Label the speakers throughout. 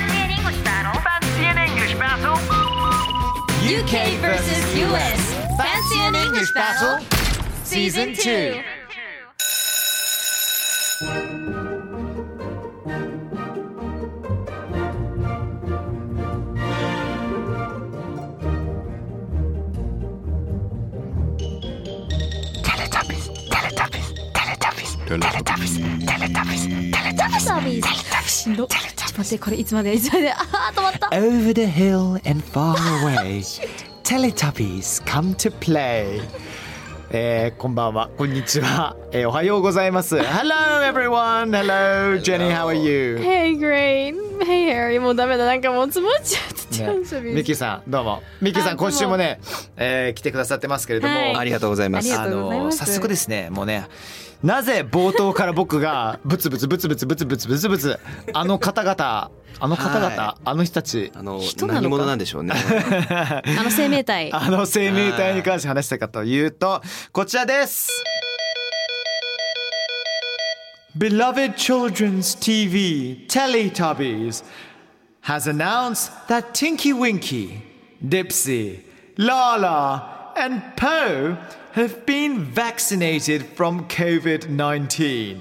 Speaker 1: an English battle. Fancy an English battle.
Speaker 2: UK versus US.
Speaker 1: Fancy an English battle.
Speaker 2: Season 2.
Speaker 3: ちょっと待ってこれいつまでいつまでああ止まった
Speaker 2: Over the hill and far away. Teletubbies come to play. Eh, えー、こんばんは、こんにちは、えー、おはようございます。Hello everyone! Hello Jenny, how are you?
Speaker 4: Hey, great. Hey, Harry. もうダメだ。なんかもうつぼっちゃって
Speaker 2: ね
Speaker 4: 感謝です。
Speaker 2: ミキさん、どうも。ミキさ
Speaker 4: あ
Speaker 2: ん、
Speaker 4: どうも
Speaker 2: 今週もね、えー、来てくださってますけれども、
Speaker 4: はい
Speaker 5: ありがとうございま
Speaker 4: あり
Speaker 5: す。
Speaker 4: がとうござい
Speaker 2: の
Speaker 4: ます。。
Speaker 2: 早速ですすねもうねなぜ冒頭から僕がブツブツブツブツブツブツブツブツあの方々あの方々、
Speaker 5: は
Speaker 2: あの人たち
Speaker 5: あの
Speaker 4: 人なのか
Speaker 5: 何者なんでしょうね。
Speaker 4: あの生命体。
Speaker 2: あの生命体に関して話したかというとこちらです Beloved Children's TV Teletubbies has announced that Tinky Winky, Dipsy, Lala, and Poe have been vaccinated from COVID 19.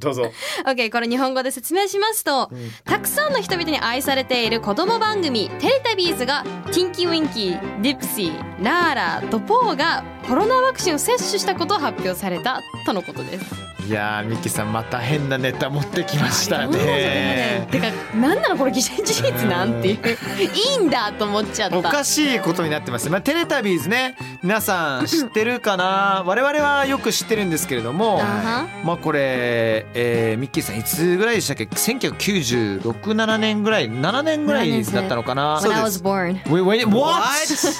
Speaker 2: どうぞ。
Speaker 4: OK、これ日本語で説明しますと、たくさんの人々に愛されている子供番組、テレタビーズが、ティンキーウィンキー、ディプシー、ラーラとポーがコロナワクチンを接種したことを発表されたとのことです。
Speaker 2: いやー、ミキさん、また変なネタ持ってきました
Speaker 4: そう
Speaker 2: ね。
Speaker 4: てか、なんなのこれ、事実なんていう。いいんだと思っちゃった。
Speaker 2: おかしいことになってます。まあ、テレタビーズね、皆さん知ってるかな。我々はよく知ってるんですけれども
Speaker 4: あ、は
Speaker 2: まあこれ、えー、ミッキーさんいつぐらいでしたっけ？1996、7年ぐらい、7年ぐらいだったのかな。
Speaker 4: When I was born.
Speaker 2: Wait, wait, what?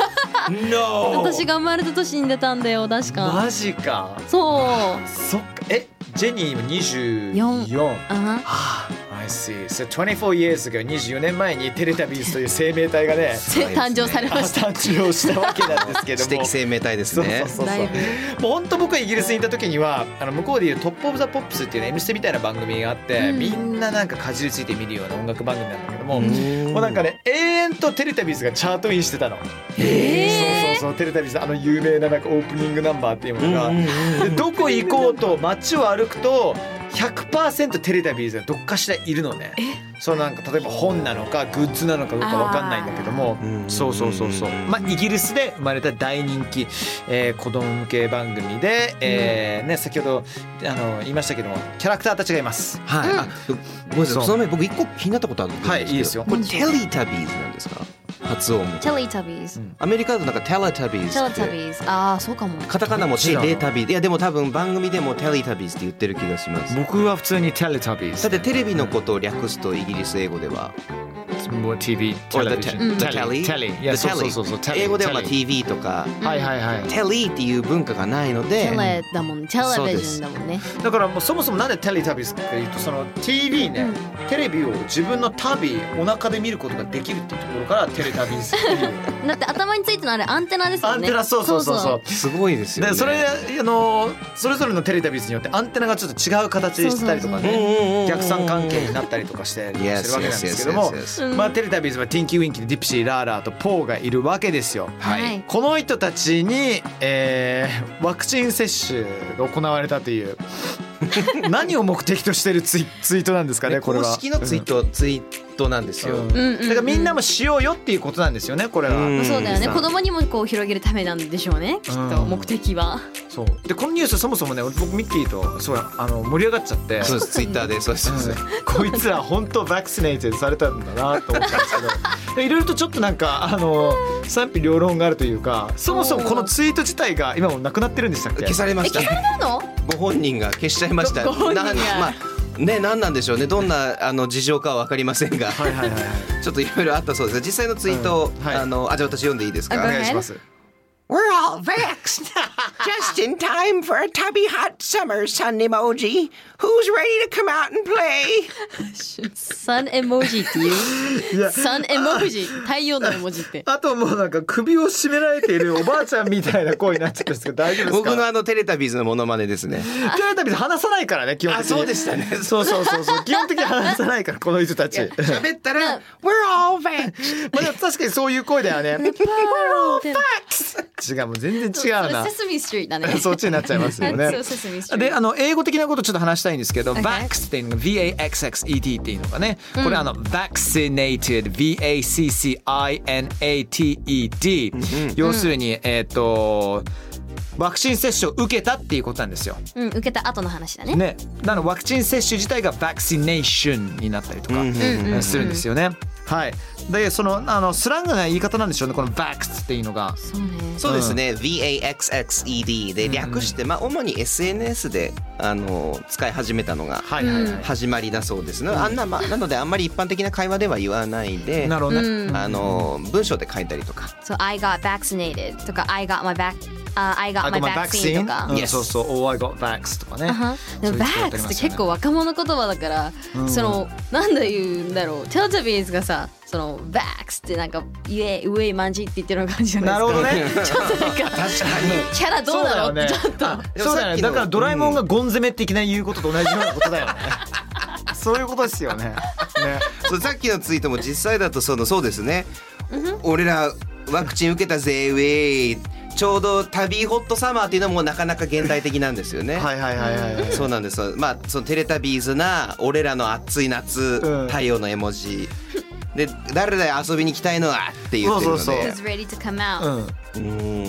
Speaker 5: no.
Speaker 4: 私が生まれた年に出たんだよ確か
Speaker 2: マジか。
Speaker 4: そう
Speaker 2: そっか。え、ジェニー今24。
Speaker 4: あ
Speaker 2: I see. So 24 years ago、24年前にテレタビーズという生命体が ね、
Speaker 4: せ誕生されました
Speaker 2: 誕生したわけなんですけ ど
Speaker 5: 知
Speaker 2: も。
Speaker 5: 的生命体ですね。
Speaker 2: そうそうそう
Speaker 4: だ
Speaker 2: そ
Speaker 4: いうぶ
Speaker 2: もう本当僕がイギリスにいた時にはあの向こうでいう「トップ・オブ・ザ・ポップス」っていうね「M ステ」みたいな番組があって、
Speaker 4: うん
Speaker 2: みんななんかかじりついて見るような音楽番組なんだけども、
Speaker 5: ん
Speaker 2: もうなんかね永遠とテレタビーズがチャートインしてたの。
Speaker 4: え
Speaker 2: そうそうそうテレタビーズのあの有名ななんかオープニングナンバーっていうものが、
Speaker 5: うんうん
Speaker 2: で どこ行こうと街を歩くと100%テレタビーズがどっかしらいるのねそのなんか例えば本なのかグッズなのかどうかわかんないんだけども
Speaker 5: ー
Speaker 2: そうそうそうそうまあイギリスで生まれた大人気、えー子供向け番組で、えーね、先ほどあの言いましたけどもキャラクターたちがいます
Speaker 5: はい。あ、ごめんなさ
Speaker 2: そう
Speaker 5: い。その前僕一個気になったことあるんですけど。
Speaker 2: はいいいですよ
Speaker 5: これテリタビーズなんですか？発音。
Speaker 4: テレタビーズ
Speaker 5: アメリカだとなんかテレタビー
Speaker 4: テレ
Speaker 5: ズ
Speaker 4: タ
Speaker 5: っ
Speaker 4: ビ
Speaker 5: て。
Speaker 4: ーズああそうかも
Speaker 5: カタカナも
Speaker 2: 知
Speaker 5: テ
Speaker 2: らん
Speaker 5: レタビーズ。いやでも多分番組でもテレタビーズって言ってる気がします。
Speaker 2: 僕は普通にテレタビー
Speaker 5: だってテレビのことを略すとイギリス英語では
Speaker 2: もう TV
Speaker 5: Or the te-
Speaker 4: うん
Speaker 5: the
Speaker 2: テレ
Speaker 5: telly
Speaker 2: テレいや
Speaker 5: The
Speaker 2: そうそうそうそう
Speaker 5: telly
Speaker 2: テレ
Speaker 5: 英語ではまあ
Speaker 2: テレ
Speaker 5: TV とか
Speaker 2: はいはいはい
Speaker 5: テリーっていう文化がないので
Speaker 4: テレだもんねテレビジョンだもんね
Speaker 2: だからもうそもそもなんでテレタビーズっていうとその TV ね、テレビを自分の旅お腹で見ることができるっていうところからテレタビーズって いう
Speaker 4: だって頭についてのあれアンテナですよね
Speaker 2: アンテナそうそうそうそう
Speaker 5: すごいですよ
Speaker 2: で
Speaker 5: ね。
Speaker 2: それあのそれぞれのテレタビーズによってアンテナがちょっと違う形でしたりとか
Speaker 5: うんうんうんう
Speaker 2: ね
Speaker 5: ん
Speaker 2: 逆算関係になったりとかしてしてる
Speaker 5: Yes,
Speaker 2: わけなんですけども
Speaker 5: yes, yes,
Speaker 4: yes, yes.
Speaker 2: まあテレタビーズはティンキーウィンキーディプシーラーラーとポーがいるわけですよ。
Speaker 4: はい
Speaker 2: この人たちに、えーワクチン接種が行われたという 何を目的としてるツイツイートなんですかねこれは
Speaker 5: 公式のツイート、ツイトなんですよ、
Speaker 2: うん
Speaker 4: うんうんうん
Speaker 2: だからみんなもしようよっていうことなんですよねこれは、
Speaker 5: うん
Speaker 4: そうだよね
Speaker 2: うん
Speaker 4: 子供にもこう広げるためなんでしょうねきっと
Speaker 2: うん
Speaker 4: 目的は
Speaker 2: そうでこのニュースそもそもね俺僕ミッキーとそうあの盛り上がっちゃって
Speaker 5: そうですツイッターでそうですそうです
Speaker 2: こいつら本当バックスネイテッドされたんだなと思ったんです けどでいろいろとちょっとなんかあの賛否両論があるというかそもそもこのツイート自体が今もうなくなってるんでしたっけ
Speaker 5: 消されま
Speaker 4: え
Speaker 5: した
Speaker 4: 聞かれたの
Speaker 5: ご本人が消しちゃいました
Speaker 4: ご本人が
Speaker 5: なんまあね何なんでしょうねどんなあの事情かは分かりませんが
Speaker 2: はいはいはいはい
Speaker 5: ちょっといろいろあったそうです実際のツイートを、
Speaker 2: うんはい
Speaker 5: あのあじゃあ私読んでいいです
Speaker 4: あ
Speaker 5: か
Speaker 4: ご
Speaker 2: お
Speaker 4: めん
Speaker 2: 願いします。
Speaker 6: We're all vexed. Just in time for a tubby hot summer sun emoji. Who's ready to come out and play?
Speaker 4: サンエモジっていうサンエモジ太陽の絵文字って
Speaker 2: あともうなんか首を絞められているおばあちゃんみたいな声になっちゃったんですけど大丈夫ですか
Speaker 5: 僕のあのテレタビーズのモノマネですね
Speaker 2: テレタビで話さないからね基本的に
Speaker 5: あそうでしたね
Speaker 2: そうそうそうそう基本的に話さないからこの人たちま
Speaker 5: 喋ったら
Speaker 6: We're all vexed.
Speaker 2: あでも確かにそういう声だよね
Speaker 4: で
Speaker 2: 違うもう全
Speaker 4: そ
Speaker 2: 然 違
Speaker 4: れ
Speaker 2: うな
Speaker 4: セスミストリートだね
Speaker 2: そっちになっちゃいますよ
Speaker 4: そ
Speaker 2: ね
Speaker 4: うセスミストリー
Speaker 2: で
Speaker 4: ト
Speaker 2: あの英語的なことちょっと話したいんですけど、
Speaker 4: Okay
Speaker 2: VAX っていうのが VAXXET っていうのがね、これあの Vaccinated VACCINATED、要するに、えっ、とワクチン接種を受けたっていうことなんですよ。
Speaker 4: うん受けた後の話だね
Speaker 2: ね、なのでワクチン接種自体が vaccination になったりとかするんですよね。はい。で、そのあのスラングな言い方なんでしょうね。この vax っていうのが。
Speaker 4: そうね
Speaker 5: そうですね、VAXXED で略して、まあ、主に SNS であの使い始めたのが
Speaker 2: はいはいはい。
Speaker 5: 始まりだそうです、あんなまあ、なのであんまり一般的な会話では言わないで
Speaker 2: なるほどね。
Speaker 5: あの文章で書いたりとか
Speaker 4: そう I got vaccinated とか I got my back あ I got
Speaker 2: I
Speaker 4: my
Speaker 2: got my
Speaker 4: vaccine と
Speaker 2: vaccine
Speaker 4: か
Speaker 2: うん
Speaker 5: Yes
Speaker 2: そうそう、oh, I got vax とかね。
Speaker 4: で
Speaker 2: そ
Speaker 4: も
Speaker 2: う
Speaker 4: バ
Speaker 2: いう人
Speaker 4: ッ
Speaker 2: や
Speaker 4: ク
Speaker 2: り
Speaker 4: スっ
Speaker 2: ま
Speaker 4: て
Speaker 2: すよ
Speaker 4: 結構
Speaker 2: ね
Speaker 4: 若者言葉だから、そのなんで言うんだろうテレタビーズがさそのバックスってなんか「イエイウェイマンジ」って言ってるような感じじゃない
Speaker 2: なるほどね。
Speaker 4: ですかちょっとなんかキャラ どうなの
Speaker 2: よね
Speaker 4: ってちょっと
Speaker 2: あそうだよ
Speaker 5: さ
Speaker 2: ね。
Speaker 5: っき
Speaker 2: だ
Speaker 5: の
Speaker 2: からドラえもんがゴン攻め的な言うことと同じよう なことだよね。そういうことですよね。ね。
Speaker 5: そうさっきのツイートも実際だとそのそうですね、俺らワクチン受けたぜウェイちょうど旅ホットサマーっていうのもなかなか現代的なんですよね。
Speaker 2: はいはいはいはいはい。
Speaker 5: そうなんですよまあそのテレタビーズな俺らの暑い夏、
Speaker 2: うん
Speaker 5: 太陽の絵文字で誰だよ遊びに来たいのはって言ってるので
Speaker 2: そうそう
Speaker 4: It's ready to come out、
Speaker 2: うん。
Speaker 5: う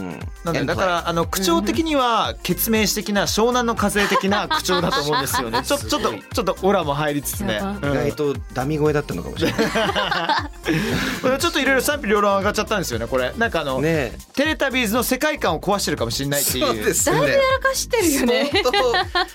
Speaker 5: ん
Speaker 2: なんでだからあの口調的には決明史的な湘南の風的な口調だと思うんですよ ね。ちょちょっとちょっとオラも入りつつね。
Speaker 4: や
Speaker 2: う
Speaker 5: 意外
Speaker 2: ん
Speaker 5: とダミ声だったのかもしれない
Speaker 2: これちょっといろいろ賛否両論上がっちゃったんですよね。これなんかあの、
Speaker 5: ね え
Speaker 2: テレタビーズの世界観を壊してるかもしれないっていう。
Speaker 5: そうですね
Speaker 4: だいぶやらかしてるよね
Speaker 5: 相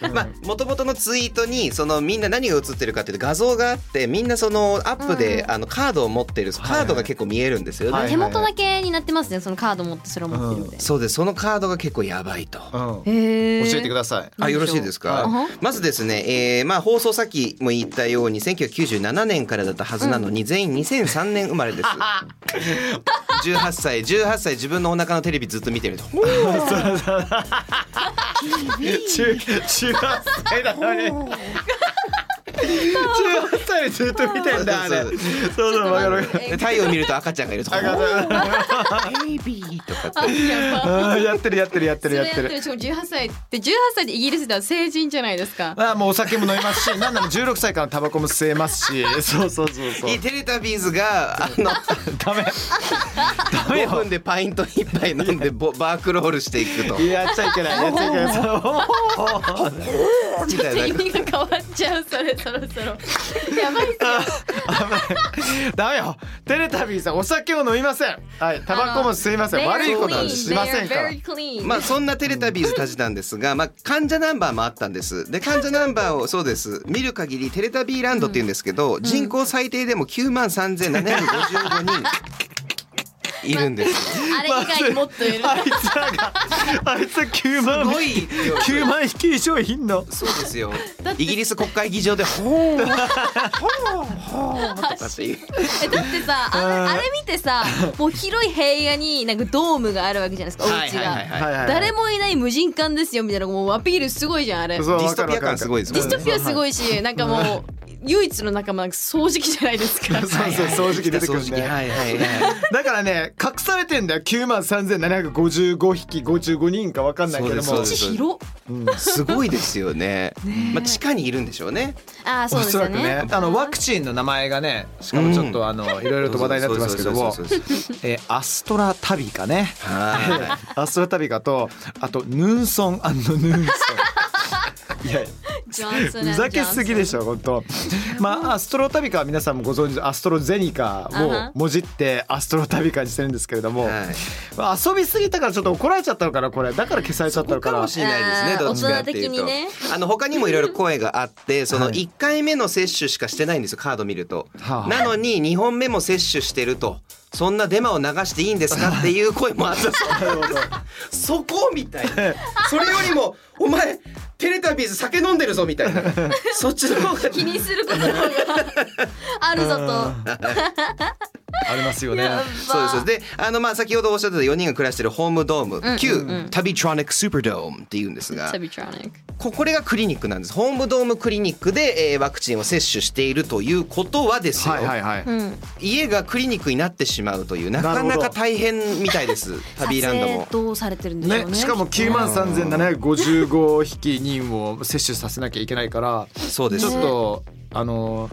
Speaker 5: 当まあ元々のツイートにそのみんな何が映ってるかっていうと画像があってみんなそのアップで、あのカードを持ってるカードが結構見えるんですよね、
Speaker 2: はい
Speaker 4: 手元だけになってますねそのカード持ってそれを持ってるんで、
Speaker 5: そうですそのカードが結構やばいと。
Speaker 2: うん。教
Speaker 4: へ
Speaker 2: えてく
Speaker 4: だ
Speaker 2: ださ い。
Speaker 5: あよろしいですか、
Speaker 4: はい
Speaker 5: まずですね、えーまあ、放送さっきも言ったように1997年からだったはずなのに、全員2003年生まれです 18歳18歳自分のお腹のテレビずっと見てると
Speaker 2: 中中八歳なのに。中八歳でずっと見てんだあれ。
Speaker 5: そ
Speaker 2: そうう
Speaker 5: そうそ
Speaker 2: そうわかるわかる。
Speaker 5: で太陽見ると赤ちゃんがいると
Speaker 2: あーやってるやってるやって
Speaker 4: そ
Speaker 2: るや
Speaker 4: れや
Speaker 2: っ
Speaker 4: ってて
Speaker 2: る。
Speaker 4: るしかも18歳って18歳でイギリスでは成人じゃないですか
Speaker 2: あもうお酒も飲みますし、なんなら16歳からタバコも吸えますし、そうそうそうそう。
Speaker 5: テレタビーズ があの
Speaker 2: ダメ。ダメ
Speaker 5: 5
Speaker 2: よ。
Speaker 5: 分でパイント一杯飲んでボバークロールしていくと
Speaker 2: やっちゃいけ ない。やっちゃいけないそう。
Speaker 5: みたい
Speaker 4: 意味
Speaker 5: な
Speaker 4: が変わっちゃうそれそろそろやばいっすよ
Speaker 2: ダメよ。テレタビーさん、お酒を飲みません。はい、タバコも吸いません。悪いことはしませんから。
Speaker 5: ま
Speaker 4: ら
Speaker 5: あそんなテレタビーズたちなんですが、まあ、患者ナンバーもあったんですで患者ナンバーをそうです見る限りテレタビーランドっていうんですけど、人口最低でも9万3755人いるんですよ。
Speaker 4: あれ以外にもっといる
Speaker 2: あいつらが、あいつら9万
Speaker 5: すごい量
Speaker 2: 9万匹以上いんの。
Speaker 5: そうですよイギリス国会議場で「ほーほーほー」とかっていう
Speaker 4: えだってさあれあれ見てさもう広い平野になんかドームがあるわけじゃないですかお
Speaker 5: はい
Speaker 4: 家
Speaker 5: はいはい
Speaker 4: が
Speaker 5: はい
Speaker 2: はい
Speaker 4: 誰もいない無人艦ですよみたいなもうアピールすごいじゃんあれデ
Speaker 2: そう
Speaker 5: ディストピア感すご
Speaker 2: い。
Speaker 5: いですも
Speaker 4: ィ
Speaker 5: ん
Speaker 4: ス
Speaker 5: ね
Speaker 4: トピアすごいしなんかもう唯一の仲間なんか掃除機じゃないですか
Speaker 2: そうそう掃除機出てくる
Speaker 5: 掃
Speaker 2: ん
Speaker 5: 除機
Speaker 2: で
Speaker 5: はいはいはい。
Speaker 2: だからね隠されてんだよ9万3755匹55人かわかんないけども
Speaker 5: そうですそうです
Speaker 4: 広っ
Speaker 5: すごいですよね。まあ地下にいるんでしょうね。
Speaker 4: ああそう
Speaker 2: お
Speaker 4: です
Speaker 2: そ
Speaker 4: よ
Speaker 2: らくね
Speaker 4: ね
Speaker 2: あのワクチンの名前がねしかもちょっとあの、いろいろと話題になってますけども
Speaker 5: そうそうそうそう
Speaker 2: えーアストラタビカ ね
Speaker 5: は
Speaker 2: アストラタビカとあとヌンソンヌンソンいや
Speaker 4: ジョンソン
Speaker 2: ふざけすぎでしょ本当。まあアストロタビカは皆さんもご存知アストロゼニカ
Speaker 4: あは
Speaker 2: をもじってアストロタビカにしてるんですけれども、
Speaker 5: はい
Speaker 2: まあ遊びすぎたからちょっと怒られちゃったのかなこれだから消されちゃったのか
Speaker 5: か
Speaker 2: な
Speaker 5: もしれないですね。
Speaker 4: あー
Speaker 5: どっちかっていうと
Speaker 4: 大人的にね
Speaker 5: あの他にもいろいろ声があって、その
Speaker 2: はい
Speaker 5: 一回目の接種しかしてないんですよ。カード見ると。
Speaker 2: はあ
Speaker 5: なのに二本目も接種してると。そんなデマを流していいんですかっていう声もあったそうです。そこみたいな。それよりもお前テレタビーズ酒飲んでるぞみたいな。そっちの方が
Speaker 4: 気にすることの方があるぞと
Speaker 2: ありますよね
Speaker 5: そうですそうですであのまあ先ほどおっしゃってた4人が暮らしてるホームドーム旧、タビトロニックスーパードームっていうんですが
Speaker 4: サビトロニック
Speaker 5: ここれがクリニックなんですホームドームクリニックで、えーワクチンを接種しているということはですよ、
Speaker 2: はいはいはい、
Speaker 5: 家がクリニックになってしまうというなか
Speaker 2: な
Speaker 5: な
Speaker 2: るほ
Speaker 5: か
Speaker 2: ど
Speaker 5: 大変みたいですタビーラン ド
Speaker 4: 撮。
Speaker 5: も
Speaker 4: 影どうされてるんでしょうね
Speaker 2: ね、しかも9万3755匹人を接種させなきゃいけないから
Speaker 5: そうです
Speaker 2: ちょっとあの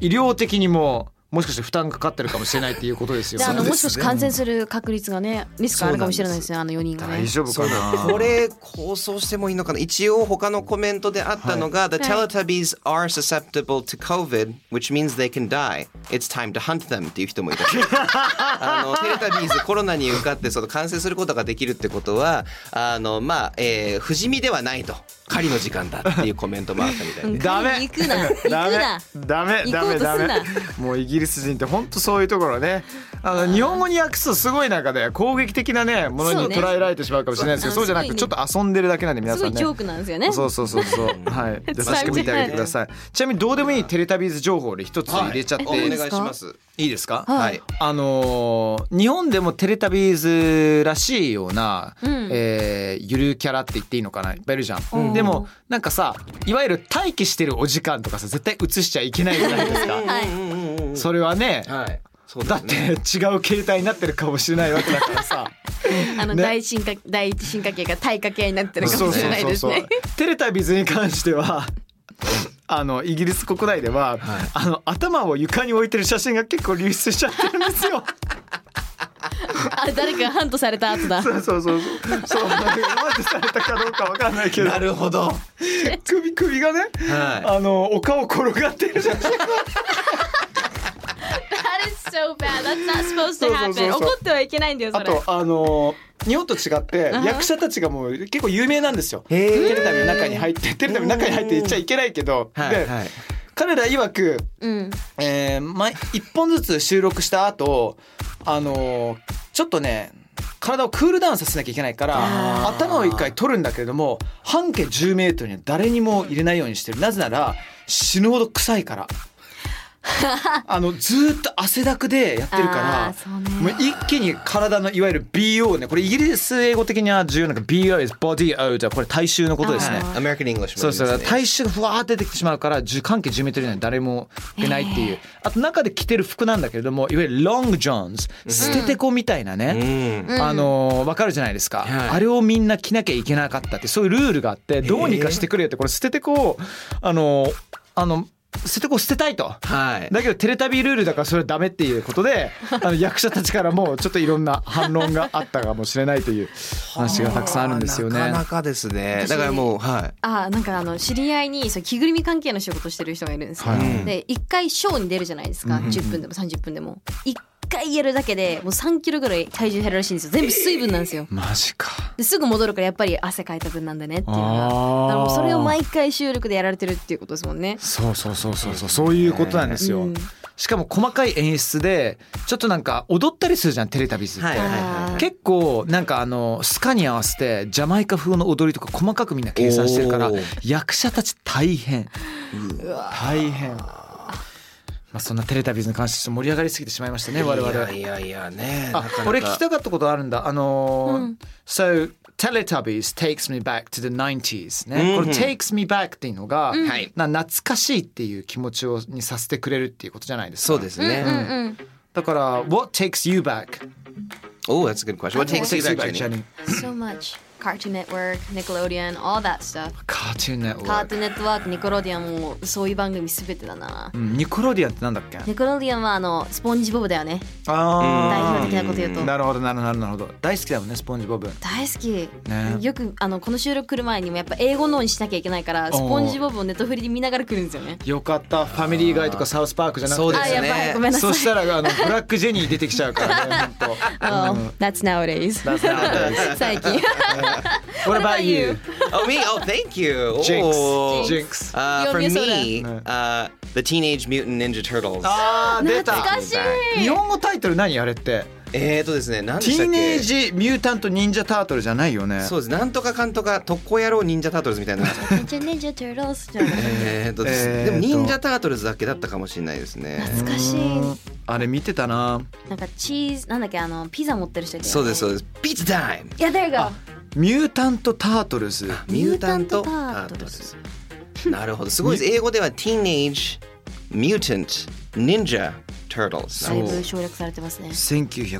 Speaker 2: 医療的にももしかして負担かかってるかもしれないっていうことですよ
Speaker 4: であ
Speaker 2: ね
Speaker 4: のもしかして感染する確率がねリスクあるかもしれないですねあの4人がね
Speaker 2: 大丈夫か
Speaker 5: そう
Speaker 2: な
Speaker 5: これ構想してもいいのかな一応他のコメントであったのが、The Teletubbies are susceptible to COVID which means they can die It's time to hunt them っていう人もいた あのテレタビーズコロナに受かってその感染することができるってことはあのまあ、えー不死身ではないと狩りの時間だっていうコメントもあったみたいで
Speaker 2: ダメ
Speaker 4: 行 くな 行くな
Speaker 2: ダメダメダメ
Speaker 4: 行こ
Speaker 2: ダ
Speaker 4: うと
Speaker 2: メもうイギリス人って本当そういうところねあの日本語に訳すとすごい中で攻撃的なねもの
Speaker 4: そう
Speaker 2: に
Speaker 4: ね
Speaker 2: 捉えられてしまうかもしれないですけど
Speaker 4: そ
Speaker 2: そううじゃなくてちょっと遊んでるだけなんで皆
Speaker 4: すご
Speaker 2: さん
Speaker 4: い
Speaker 2: ね
Speaker 4: ジョークなんですよね
Speaker 2: そうそうそうそうはい 優
Speaker 4: 伝わっ
Speaker 2: しく見てあげてくださいちなみにどうでもいいテレタビーズ情報で一つ入れちゃって、
Speaker 5: お願いします
Speaker 2: いいですか、
Speaker 5: はい
Speaker 2: あのー日本でもテレタビーズらしいような、えーゆるキャラって言っていいのかないっぱいいるじゃん、でもなんかさいわゆる待機してるお時間とかさ絶対映しちゃいけないじゃないですか
Speaker 4: はい
Speaker 2: それはね、
Speaker 5: はいそう
Speaker 2: だ
Speaker 5: で
Speaker 2: っ
Speaker 5: す
Speaker 2: て
Speaker 5: ね
Speaker 2: 違う携帯になってるかもしれないわけだからさ
Speaker 4: あの
Speaker 2: ね
Speaker 4: 第一進化第一進化系が退化系になってるかもしれないですね
Speaker 2: テレタビーズに関しては あのイギリス国内では、あの頭を床に置いてる写真が結構流出しちゃってるんですよ。
Speaker 4: あ誰かがハントされた後だ
Speaker 2: そうそうそうそう。そう、マジされたかどうかわかんないけど。
Speaker 5: なるほど
Speaker 2: 首首がね、
Speaker 5: は
Speaker 2: あの丘を転がってるじゃん。
Speaker 4: That is so bad that's not
Speaker 2: そ
Speaker 4: supposed to
Speaker 2: うそう
Speaker 4: happen
Speaker 2: そうそう
Speaker 4: 怒ってはいけないんだよそ
Speaker 2: あ
Speaker 4: れ
Speaker 2: とあの日本と違って役者たちがもう結構有名なんですよ。テレビの中に入ってテレビの中に入って言っちゃいけないけど、
Speaker 5: はい
Speaker 2: で
Speaker 5: はい
Speaker 2: 彼ら曰く、
Speaker 4: うん
Speaker 2: えー、毎一本ずつ収録した後、あのちょっとね。体をクールダウンさせなきゃいけないから頭を一回取るんだけれども半径10メートルには誰にも入れないようにしてるなぜなら死ぬほど臭いから あのずーっと汗だくでやってるから
Speaker 4: あーそうね
Speaker 2: もう一気に体のいわゆる BO ねこれイギリス英語的には重要なのが BO is body odor これ体臭のことですね
Speaker 5: American English
Speaker 2: そうそう、
Speaker 5: もいいですね
Speaker 2: 体臭がふわーって出てきてしまうから10半径10メートル以内に誰もいないっていう、あと中で着てる服なんだけれどもいわゆるロングジョンズ捨ててこみたいなね、あのーわかるじゃないですか、
Speaker 5: はい
Speaker 2: あれをみんな着なきゃいけなかったってそういうルールがあってどうにかしてくれよってこれ捨ててこをあのーあの捨ててこを捨てたいと。
Speaker 5: はい
Speaker 2: だけどテレタビールールだからそれはダメっていうこと であの役者たちからもちょっといろんな反論があったかもしれないという話がたくさんあるんですよね。
Speaker 5: なかなかですね。だからもう、はい。
Speaker 4: あーなんかあの知り合いにそう着ぐるみ関係の仕事してる人がいるんですよ、
Speaker 2: はい
Speaker 4: で一回ショーに出るじゃないですか、10分でも30分でも一回やるだけでもう3キロぐらい体重減るらしいんですよ全部水分なんですよ
Speaker 2: マジか。
Speaker 4: ですぐ戻るからやっぱり汗かいた分なんだねっていうのが
Speaker 2: あ
Speaker 4: だか
Speaker 2: ー
Speaker 4: らもうそれを毎回収録でやられてるっていうことですもんね
Speaker 2: そうそうそうそうそうそういうことなんですよ、
Speaker 4: うん
Speaker 2: しかも細かい演出でちょっとなんか踊ったりするじゃんテレタビーズって、
Speaker 5: はいはい
Speaker 4: あー
Speaker 2: 結構なんかあのスカに合わせてジャマイカ風の踊りとか細かくみんな計算してるから
Speaker 5: おー
Speaker 2: 役者たち大変大変まあそんなテレタビーズに関してちょっと盛り上がりすぎてしまいましたね我々
Speaker 5: いやいやいやね。な
Speaker 2: あ
Speaker 5: かなか
Speaker 2: 俺聞きたかったことあるんだあのー So Teletubbies takes me back to the 90s ね、これ takes me back っていうのが、
Speaker 5: はい
Speaker 2: な懐かしいっていう気持ちをにさせてくれるっていうことじゃないですか
Speaker 5: そうですね。
Speaker 2: だから What takes you back?
Speaker 5: Oh, that's a good question. What takes you back, Jenny?
Speaker 4: So much. Cartoon Network, Nickelodeon, all that stuff.
Speaker 2: Cartoon
Speaker 4: カー
Speaker 2: Network
Speaker 4: トゥーンネットワーク、ニコロディアンもそういう番組すべてだな
Speaker 2: う。んニコロディアンってなんだっけ
Speaker 4: ニコロディアンはあのスポンジボブだよね。代
Speaker 2: あ
Speaker 4: 表的なこと言うと
Speaker 2: ー。なるほどなるほどなるほど大好きだもんねスポンジボブ
Speaker 4: 大好き、
Speaker 2: ね
Speaker 4: よくあのこの収録来る前にもやっぱ英語のにしなきゃいけないからスポンジボブをネットフリで見ながら来るんですよね
Speaker 2: よかったファミリーガイとかサウスパークじゃなくて
Speaker 5: そうで
Speaker 4: あ
Speaker 5: すね
Speaker 4: やばいごめんなさい
Speaker 2: そしたらあのブラックジェニー出てきちゃうからね 本
Speaker 4: Oh, That's nowadays
Speaker 2: 当。That's
Speaker 4: 最 近
Speaker 2: What about you?
Speaker 5: Oh, me? Oh, thank you.
Speaker 2: Jinx.
Speaker 5: Oh.
Speaker 2: Jinx.
Speaker 5: Uh, for
Speaker 4: Your Minnesota.
Speaker 5: me, uh, the Teenage Mutant Ninja Turtles.
Speaker 2: あー出た
Speaker 4: 懐かしい
Speaker 2: 日本語タイトル何あれって
Speaker 5: えーとですね、何で
Speaker 2: テ
Speaker 5: し
Speaker 2: ィ
Speaker 5: たっ
Speaker 2: ーネ
Speaker 5: け
Speaker 2: ージミュータント忍者タートルじゃないよね
Speaker 5: そうです。なんとかかんとか特攻野郎忍者タートルズみたいな。
Speaker 4: Ninja Ninja Turtles じゃない
Speaker 5: えーとです
Speaker 2: えー
Speaker 5: ね
Speaker 2: と
Speaker 5: でも忍者タートルズだけだったかもしれないですね。
Speaker 4: 懐かしい
Speaker 2: あれ見てたな
Speaker 4: なんかチーズなんだっけあのピザ持ってる人いたよね
Speaker 5: そうですそうです。ピッツタイム。
Speaker 4: いや there you go
Speaker 2: ミュータントタートルズ
Speaker 5: ミュータントタ
Speaker 4: ミュータン
Speaker 5: ー
Speaker 4: トタート
Speaker 5: トル
Speaker 4: ルズ
Speaker 5: ズ。なるほど。すごいです。英語では Teenage Mutant Ninja Turtles な
Speaker 4: だ
Speaker 5: ん
Speaker 4: い
Speaker 5: です。
Speaker 4: ぶ省略されてますね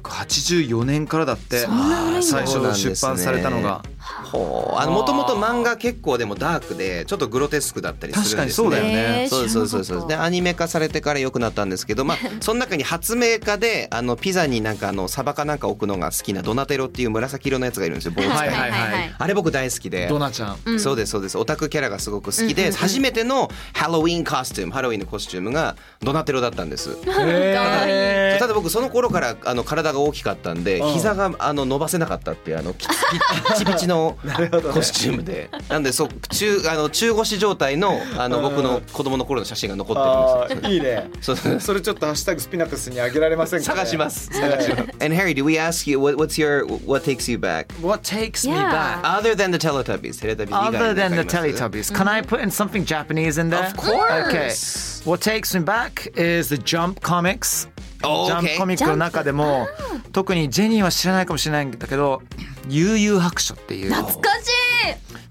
Speaker 2: 1984年からだって
Speaker 5: だ
Speaker 2: 最初の出版されたのが
Speaker 5: ほうあのもともと漫画結構でもダークでちょっとグロテスクだったりするんです、
Speaker 2: 確かにそう
Speaker 5: ね、
Speaker 2: だよね
Speaker 4: えー
Speaker 5: そうですそうですそうです
Speaker 4: 知らなかった
Speaker 5: でアニメ化されてから良くなったんですけ どまあその中に発明家であのピザになんかあのサバかなんか置くのが好きなドナテロっていう紫色のやつがいるんですよ坊主
Speaker 2: はい
Speaker 5: で
Speaker 2: はいはい
Speaker 5: あれ僕大好きで
Speaker 2: ドナちゃん
Speaker 5: そうですそうですオタクキャラがすごく好きで初めてのハロウィンコスチュームハロウィンのコスチュームがドナテロだったんです
Speaker 2: へ
Speaker 5: ただ僕その頃からあの体が大きかったんで
Speaker 2: うん
Speaker 5: 膝があの伸ばせなかったっていうあのピチピチ のコスチュームでなんでそう中あの中腰状態のあの僕の子供の頃の写真が残
Speaker 2: あ
Speaker 5: ってるんですよ。
Speaker 2: ーいいね
Speaker 5: そうそう
Speaker 2: それちょっとハッシュタグスピナクスにあげられませんかね
Speaker 5: 探します。 探します And Harry, do we ask you what, what's your what takes you back
Speaker 2: What takes me
Speaker 4: Yeah.
Speaker 2: back?
Speaker 5: other than the Teletubbies? テレタビー
Speaker 2: Other than the Teletubbies, can I put in something Japanese in there?
Speaker 5: Of course.
Speaker 2: Okay. What takes me back is the Jump Comics.
Speaker 5: Oh,
Speaker 2: ジ
Speaker 5: okay.
Speaker 2: ャンプコミックの中でも特にジェニーは知らないかもしれないんだけど「悠々白書」っていう
Speaker 4: 懐か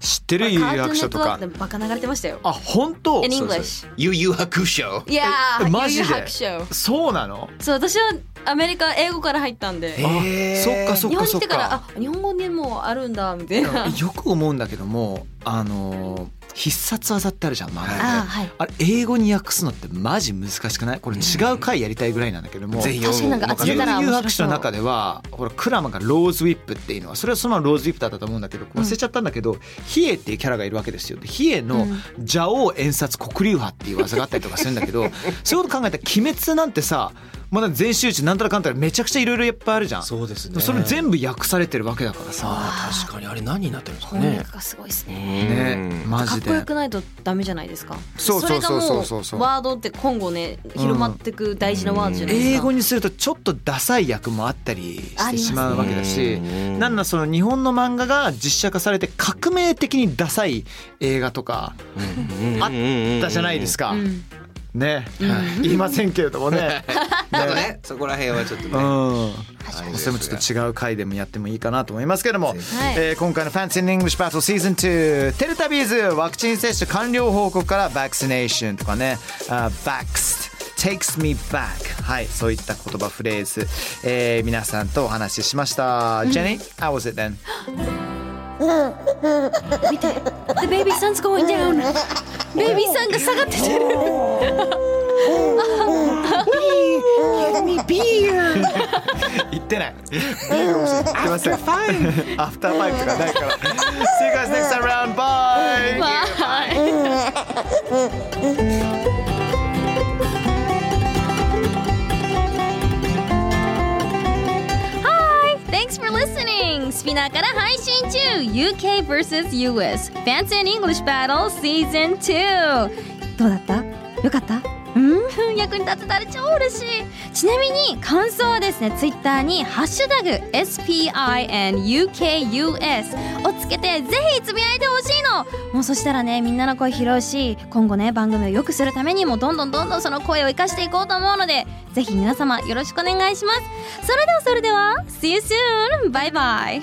Speaker 4: しい
Speaker 2: 知ってる悠々白書と
Speaker 4: カー
Speaker 2: か
Speaker 4: トゥーンネットワークでバカ流れてましたよ
Speaker 2: あ本当
Speaker 4: In
Speaker 2: そう
Speaker 4: English
Speaker 5: ゆうゆう白書。
Speaker 4: いやー
Speaker 2: マジで
Speaker 4: 悠々白書
Speaker 2: そうなの
Speaker 4: そう私はアメリカ英語から入ったんで
Speaker 2: あ
Speaker 5: へ
Speaker 2: そ
Speaker 5: ー
Speaker 2: っかそっ
Speaker 4: 日
Speaker 2: か
Speaker 4: 本に
Speaker 2: そ
Speaker 4: 来
Speaker 2: って
Speaker 4: から
Speaker 2: か
Speaker 4: あ日本語にもあるんだみたいな
Speaker 2: よく思うんだけどもあのー必殺技ってあるじゃん漫画で
Speaker 4: あはい
Speaker 2: あれ英語に訳すのってマジ難しくないこれ違う回やりたいぐらいなんだけども
Speaker 5: ぜひ
Speaker 4: 確かになんか集め
Speaker 2: 悠
Speaker 4: たら面白そう
Speaker 2: 々白書の中ではほらクラマがローズウィップっていうのはそれはそのままローズウィップだったと思うんだけど忘れちゃったんだけど、ヒエっていうキャラがいるわけですよでヒエの蛇王演殺黒竜派っていう技があったりとかするんだけ どそういうこと考えたら鬼滅なんてさまだ全集中なんたらかんたらめちゃくちゃいろいろいっぱいあるじゃん
Speaker 5: そうですね
Speaker 2: それ全部訳されてるわけだからさ、
Speaker 5: あー確かにあれ何になってるんですか
Speaker 4: 翻
Speaker 5: ね
Speaker 4: 訳。がすごいですね
Speaker 2: ね
Speaker 5: うん
Speaker 2: マ
Speaker 4: かっ
Speaker 2: ジで
Speaker 4: こよくないとダメじゃないですか
Speaker 2: そうそうそうそうそう
Speaker 4: れがもワードって今後ね広まってく大事なワードじゃないですか
Speaker 2: 英語にするとちょっとダサい役もあったりしてしまうわけだし、
Speaker 5: ありますね
Speaker 2: なんならその日本の漫画が実写化されて革命的にダサい映画とかあったじゃないですか。ね、 言いませんけれどもね。
Speaker 5: ちょ っとねそこら辺はちょっとね。
Speaker 2: うん。それもちょっと違う回でもやってもいいかなと思いますけれども、えー今回の「ファンシー・イングリッシュ・バトル」シーズン2テルタビーズワクチン接種完了報告から「バクシネーション」とかね「あーバックス」takes me back はいそういった言葉フレーズ、えー皆さんとお話ししました、Jenny how was it then?
Speaker 4: 見て The baby sun's going down ベイビーさんが下がっててる
Speaker 2: 言って ない言ってません After five After five とかないから See you guys next time round bye
Speaker 4: はい Thanks for listening! スピナーから配信中 UK vs.US Fancy and English Battle Season 2どうだったよかったうん 役に立てたら超嬉しいちなみに感想はですね Twitter に「ハッシュタグ #SPINUKUS」をつけてぜひつぶやいてほしいのもうそしたらねみんなの声拾うし今後ね番組を良くするためにもどんどんどんどんその声を生かしていこうと思うのでぜひ皆様よろしくお願いしますそれではそれでは See you soon! バイバイ